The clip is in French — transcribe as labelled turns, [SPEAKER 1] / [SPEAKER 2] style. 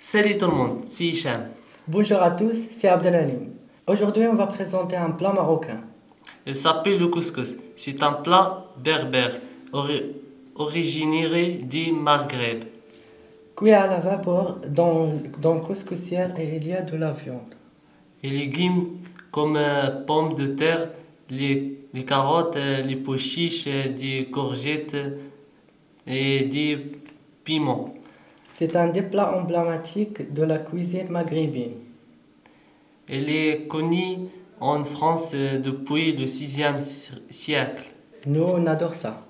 [SPEAKER 1] Salut tout le monde, c'est Hicham.
[SPEAKER 2] Bonjour à tous, c'est Abdelalim. Aujourd'hui, on va présenter un plat marocain.
[SPEAKER 1] Il s'appelle le couscous. C'est un plat berbère, ori- originaire du Maghreb.
[SPEAKER 2] Cuit à la vapeur dans, dans le couscoussière et il y a de la viande.
[SPEAKER 1] Les légumes comme euh, pommes de terre, les, les carottes, euh, les pois chiches, euh, des courgettes euh, et des piments.
[SPEAKER 2] C'est un des plats emblématiques de la cuisine maghrébine.
[SPEAKER 1] Il est connu en France euh, depuis le 6e si- siècle.
[SPEAKER 2] Nous, on adore ça.